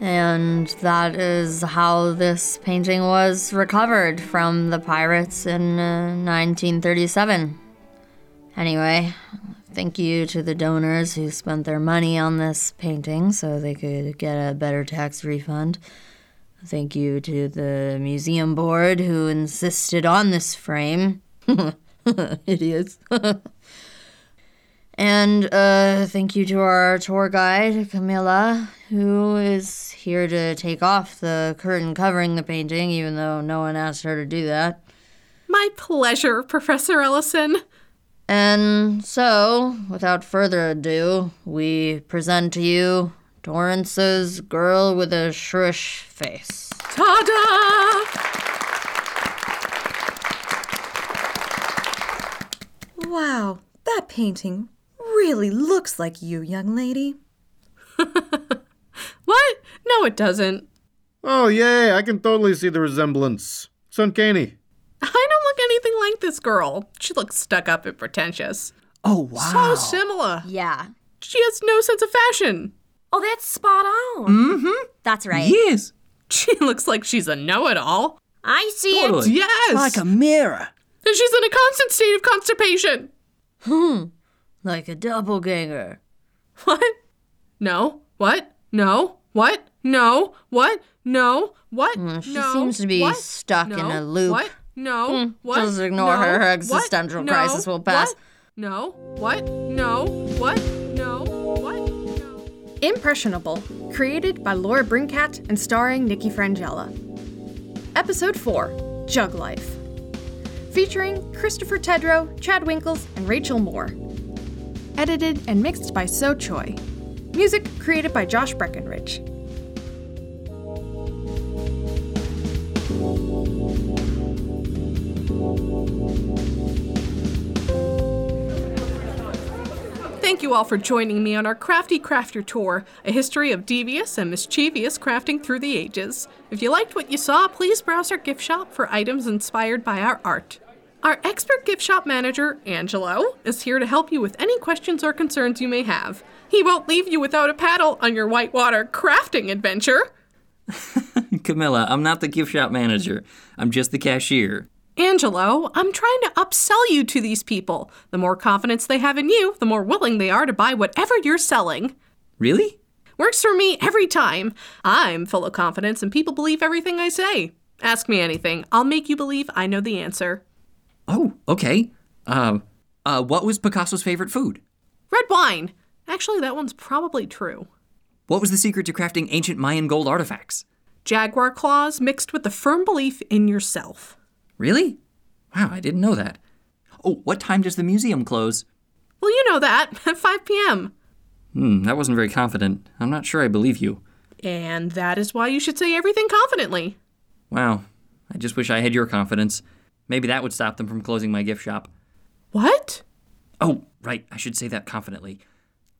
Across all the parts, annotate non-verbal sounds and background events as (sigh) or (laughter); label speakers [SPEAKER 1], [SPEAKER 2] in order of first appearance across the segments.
[SPEAKER 1] And that is how this painting was recovered from the pirates in uh, 1937. Anyway, thank you to the donors who spent their money on this painting so they could get a better tax refund. Thank you to the museum board who insisted on this frame. (laughs) Idiots. (laughs) And uh, thank you to our tour guide, Camilla, who is here to take off the curtain covering the painting, even though no one asked her to do that.
[SPEAKER 2] My pleasure, Professor Ellison.
[SPEAKER 1] And so, without further ado, we present to you Torrance's Girl with a Shrush Face.
[SPEAKER 2] Ta
[SPEAKER 3] Wow, that painting really looks like you, young lady.
[SPEAKER 2] da! What? No, it doesn't.
[SPEAKER 4] Oh, yay, I can totally see the resemblance. It's uncanny.
[SPEAKER 2] I don't look anything like this girl. She looks stuck up and pretentious.
[SPEAKER 5] Oh, wow.
[SPEAKER 2] So similar.
[SPEAKER 1] Yeah,
[SPEAKER 2] She has no sense of fashion.
[SPEAKER 6] Oh, that's spot on.
[SPEAKER 1] that's right.
[SPEAKER 5] Mm-hmm. yes.
[SPEAKER 2] (laughs) She looks like she's a know it all.
[SPEAKER 6] I see it.
[SPEAKER 5] Totally.
[SPEAKER 2] Yes.
[SPEAKER 5] Like a mirror.
[SPEAKER 2] And she's in a constant state of constipation.
[SPEAKER 1] Like a doppelganger.
[SPEAKER 2] What? No. What? No. What? No. What? No. What?
[SPEAKER 1] Mm, she
[SPEAKER 2] no.
[SPEAKER 1] seems to be
[SPEAKER 2] What?
[SPEAKER 1] stuck in a
[SPEAKER 2] No.
[SPEAKER 1] loop. Hmm.
[SPEAKER 2] What? No. What?
[SPEAKER 1] just ignore
[SPEAKER 2] No.
[SPEAKER 1] her. Her
[SPEAKER 2] What?
[SPEAKER 1] existential
[SPEAKER 2] No.
[SPEAKER 1] crisis will pass.
[SPEAKER 2] What? No. What? No. What? No. What? No.
[SPEAKER 7] Impressionable, created by Laura Brincat and starring Nikki Frangella. Episode 4 Jug Life. Featuring Christopher Tedrow, Chad Winkles, and Rachel Moore. Edited and mixed by So Choi. Music created by Josh Breckenridge.
[SPEAKER 2] Thank you all for joining me on our Crafty Crafter Tour, a history of devious and mischievous crafting through the ages. If you liked what you saw, please browse our gift shop for items inspired by our art. Our expert gift shop manager, Angelo, is here to help you with any questions or concerns you may have. He won't leave you without a paddle on your whitewater crafting adventure.
[SPEAKER 5] Camilla, I'm not the gift shop manager. I'm just the cashier.
[SPEAKER 2] Angelo, I'm trying to upsell you to these people. The more confidence they have in you, the more willing they are to buy whatever you're selling.
[SPEAKER 5] Really?
[SPEAKER 2] Works for me every time. I'm full of confidence and people believe everything I say. Ask me anything. I'll make you believe I know the answer.
[SPEAKER 5] Oh, okay. Um, uh, what was Picasso's favorite food?
[SPEAKER 2] Red wine. Actually, that one's probably true.
[SPEAKER 5] What was the secret to crafting ancient Mayan gold artifacts?
[SPEAKER 2] Jaguar claws mixed with the firm belief in yourself.
[SPEAKER 5] Really? Wow, I didn't know that. Oh, what time does the museum close?
[SPEAKER 2] Well, you know that (laughs) at 5 p.m.
[SPEAKER 5] Hmm, that wasn't very confident. I'm not sure I believe you.
[SPEAKER 2] And that is why you should say everything confidently.
[SPEAKER 5] Wow, I just wish I had your confidence. Maybe that would stop them from closing my gift shop.
[SPEAKER 2] What?
[SPEAKER 5] Oh, right, I should say that confidently.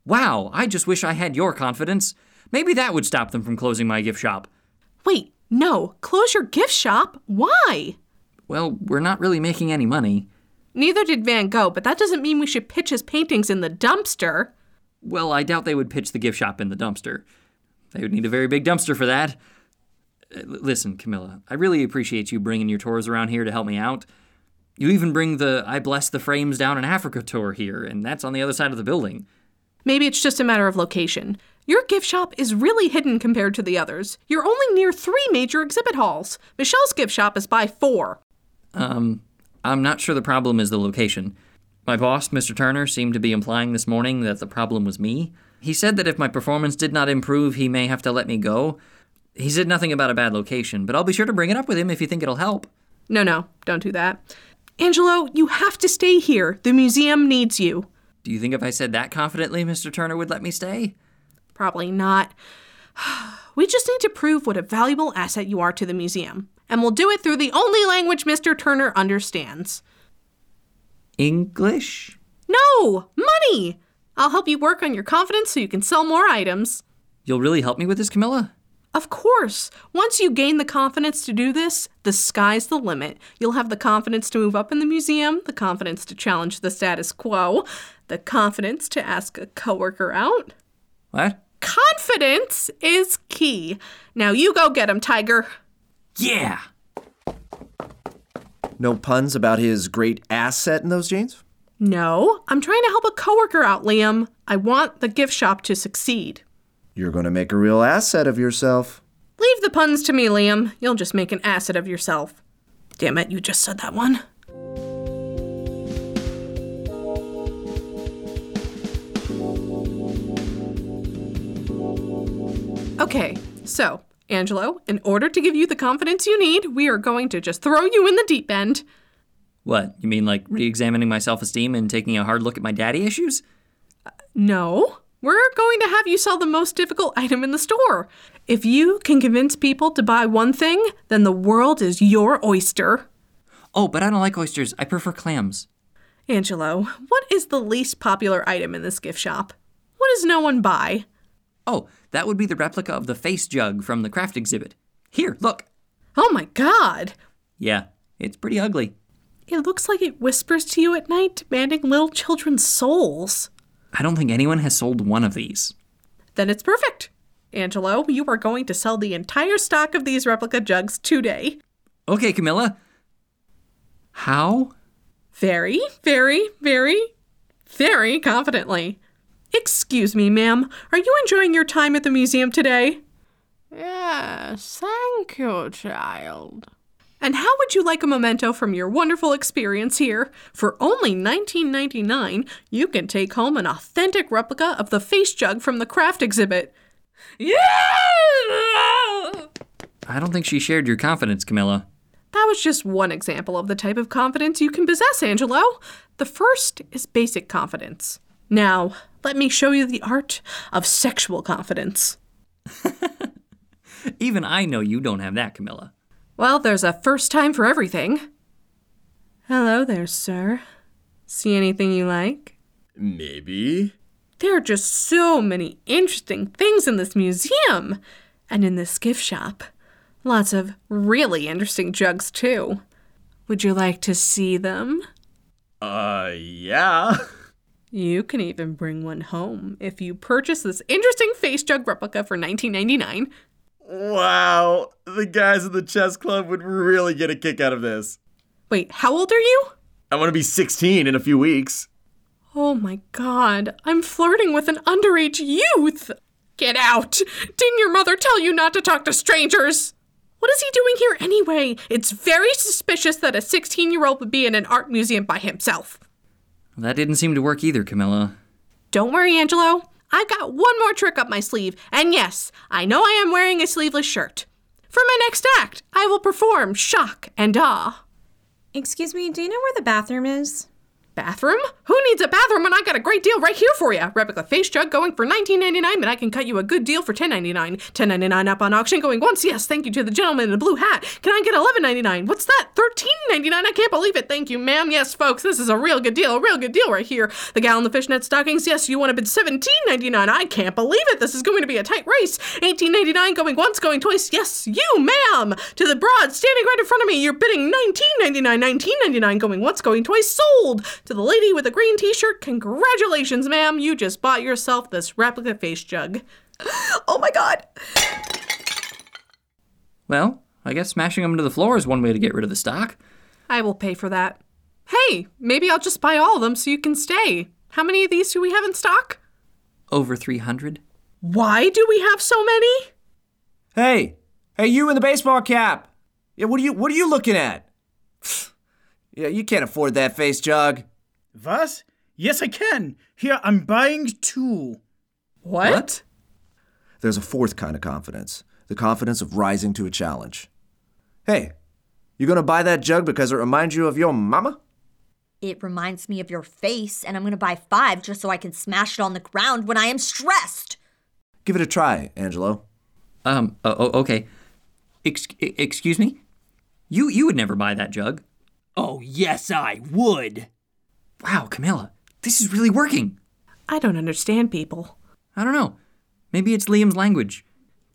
[SPEAKER 5] Wow, I just wish I had your confidence. Maybe that would stop them from closing my gift shop.
[SPEAKER 2] Wait, no. Close your gift shop? Why?
[SPEAKER 5] Well, we're not really making any money.
[SPEAKER 2] Neither did Van Gogh, but that doesn't mean we should pitch his paintings in the dumpster.
[SPEAKER 5] Well, I doubt they would pitch the gift shop in the dumpster. They would need a very big dumpster for that. Uh, l- listen, Camilla, I really appreciate you bringing your tours around here to help me out. You even bring the I Bless the Frames Down in Africa tour here, and that's on the other side of the building.
[SPEAKER 2] Maybe it's just a matter of location. Your gift shop is really hidden compared to the others. You're only near three major exhibit halls. Michelle's gift shop is by four.
[SPEAKER 5] Um, I'm not sure the problem is the location. My boss, Mr. Turner, seemed to be implying this morning that the problem was me. He said that if my performance did not improve, he may have to let me go. He said nothing about a bad location, but I'll be sure to bring it up with him if you think it'll help.
[SPEAKER 2] No, no, don't do that. Angelo, you have to stay here. The museum needs you.
[SPEAKER 5] Do you think if I said that confidently, Mr. Turner would let me stay?
[SPEAKER 2] Probably not. (sighs) We just need to prove what a valuable asset you are to the museum. And we'll do it through the only language Mr. Turner understands.
[SPEAKER 5] English?
[SPEAKER 2] No! Money! I'll help you work on your confidence so you can sell more items.
[SPEAKER 5] You'll really help me with this, Camilla?
[SPEAKER 2] Of course. Once you gain the confidence to do this, the sky's the limit. You'll have the confidence to move up in the museum, the confidence to challenge the status quo, the confidence to ask a coworker out.
[SPEAKER 5] What?
[SPEAKER 2] confidence is key. Now you go get him, Tiger.
[SPEAKER 5] Yeah!
[SPEAKER 8] No puns about his great asset in those jeans?
[SPEAKER 2] No, I'm trying to help a coworker out, Liam. I want the gift shop to succeed.
[SPEAKER 8] You're going to make a real asset of yourself.
[SPEAKER 2] Leave the puns to me, Liam. You'll just make an asset of yourself. Damn it, you just said that one. Okay, so, Angelo, in order to give you the confidence you need, we are going to just throw you in the deep end.
[SPEAKER 5] What? You mean like re examining my self esteem and taking a hard look at my daddy issues?
[SPEAKER 2] No, we're going to have you sell the most difficult item in the store. If you can convince people to buy one thing, then the world is your oyster.
[SPEAKER 5] Oh, but I don't like oysters. I prefer clams.
[SPEAKER 2] Angelo, what is the least popular item in this gift shop? What does no one buy?
[SPEAKER 5] Oh, that would be the replica of the face jug from the craft exhibit. Here, look.
[SPEAKER 2] Oh my god!
[SPEAKER 5] Yeah, it's pretty ugly.
[SPEAKER 2] It looks like it whispers to you at night, demanding little children's souls.
[SPEAKER 5] I don't think anyone has sold one of these.
[SPEAKER 2] Then it's perfect. Angelo, you are going to sell the entire stock of these replica jugs today.
[SPEAKER 5] Okay, Camilla. How?
[SPEAKER 2] Very, very, very, very confidently. Excuse me, ma'am. Are you enjoying your time at the museum today?
[SPEAKER 9] Yes, thank you, child.
[SPEAKER 2] And how would you like a memento from your wonderful experience here? For only $19.99, you can take home an authentic replica of the face jug from the craft exhibit. Yeah!
[SPEAKER 5] I don't think she shared your confidence, Camilla. (laughs)
[SPEAKER 2] That was just one example of the type of confidence you can possess, Angelo. The first is basic confidence. Now, let me show you the art of sexual confidence.
[SPEAKER 5] Even I know you don't have that, Camilla.
[SPEAKER 2] Well, there's a first time for everything. Hello there, sir. See anything you like?
[SPEAKER 8] Maybe.
[SPEAKER 2] There are just so many interesting things in this museum and in this gift shop. Lots of really interesting jugs, too. Would you like to see them?
[SPEAKER 8] Uh, yeah. (laughs)
[SPEAKER 2] You can even bring one home if you purchase this interesting face jug replica for 19.99.
[SPEAKER 8] Wow. The guys at the chess club would really get a kick out of this.
[SPEAKER 2] Wait, how old are you?
[SPEAKER 8] I'm going to be 16 in a few weeks.
[SPEAKER 2] Oh my god, I'm flirting with an underage youth! Get out! Didn't your mother tell you not to talk to strangers? What is he doing here anyway? It's very suspicious that a 16 year old would be in an art museum by himself.
[SPEAKER 5] That didn't seem to work either, Camilla.
[SPEAKER 2] Don't worry, Angelo. I've got one more trick up my sleeve, and yes, I know I am wearing a sleeveless shirt. For my next act, I will perform shock and awe.
[SPEAKER 3] Excuse me, do you know where the bathroom is?
[SPEAKER 2] Bathroom? Who needs a bathroom when I got a great deal right here for you? Replica face jug going for nineteen ninety nine, and I can cut you a good deal for ten ninety nine. Ten ninety nine up on auction going once. Yes, thank you to the gentleman in the blue hat. Can I get eleven ninety nine? What's that? Thirteen ninety nine? I can't believe it. Thank you, ma'am. Yes, folks, this is a real good deal. A real good deal right here. The gal in the fishnet stockings. Yes, you want to bid seventeen ninety nine? I can't believe it. This is going to be a tight race. Eighteen ninety nine going once, going twice. Yes, you, ma'am. To the broad standing right in front of me. You're bidding nineteen ninety nine. Nineteen ninety nine going once, going twice. Sold to the lady with the green t-shirt congratulations ma'am you just bought yourself this replica face jug (laughs)
[SPEAKER 3] Oh my god!
[SPEAKER 5] Well, I guess smashing them to the floor is one way to get rid of the stock.
[SPEAKER 2] i will pay for that hey maybe i'll just buy all of them so you can stay how many of these do we have in stock
[SPEAKER 5] Over 300?
[SPEAKER 2] why do we have so many
[SPEAKER 8] Hey, hey, you in the baseball cap? Yeah, what are you? What are you looking at? (sighs) yeah, you can't afford that face jug.
[SPEAKER 10] Was? Yes, I can. Here, I'm buying two.
[SPEAKER 2] what,
[SPEAKER 8] There's a fourth kind of confidence, the confidence of rising to a challenge. Hey, you gonna buy that jug because it reminds you of your mama?
[SPEAKER 1] It reminds me of your face, and I'm gonna buy five just so I can smash it on the ground when I am stressed.
[SPEAKER 8] Give it a try, Angelo.
[SPEAKER 5] Um, oh, oh, okay. Ex- e- excuse me? You you would never buy that jug.
[SPEAKER 10] Oh, yes, I would.
[SPEAKER 5] Wow, Camilla, this is really working.
[SPEAKER 2] i don't understand people
[SPEAKER 5] I don't know. Maybe it's Liam's language.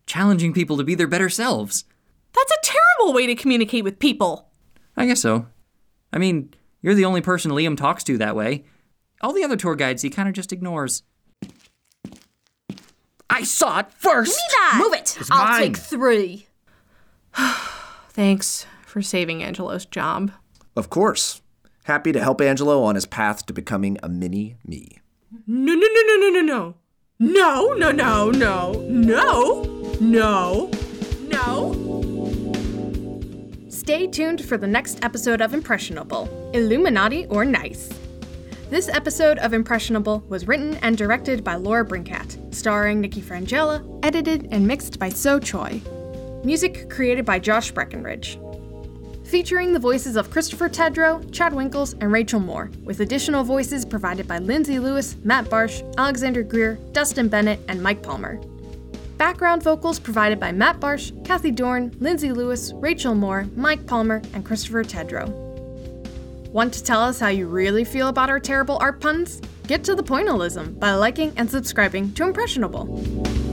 [SPEAKER 5] Challenging people to be their better selves.
[SPEAKER 2] that's a terrible way to communicate with people
[SPEAKER 5] I guess so. I mean, you're the only person Liam talks to that way. All the other tour guides he kind of just ignores. I I saw it first.
[SPEAKER 3] Move it. I'll take three.
[SPEAKER 2] Thanks for saving Angelo's job.
[SPEAKER 8] Of course. Happy to help Angelo on his path to becoming a mini me.
[SPEAKER 2] No, no, no, no, no, no, no. No, no, no, no, no, no, no.
[SPEAKER 7] Stay tuned for the next episode of Impressionable Illuminati or Nice. This episode of Impressionable was written and directed by Laura Brincat, starring Nikki Frangella, edited and mixed by So Choi. Music created by Josh Breckenridge. Featuring the voices of Christopher Tedrow, Chad Winkles, and Rachel Moore, with additional voices provided by Lindsay Lewis, Matt Barsh, Alexander Greer, Dustin Bennett, and Mike Palmer. Background vocals provided by Matt Barsh, Kathy Dorn, Lindsay Lewis, Rachel Moore, Mike Palmer, and Christopher Tedrow. Want to tell us how you really feel about our terrible art puns? Get to the pointillism by liking and subscribing to Impressionable.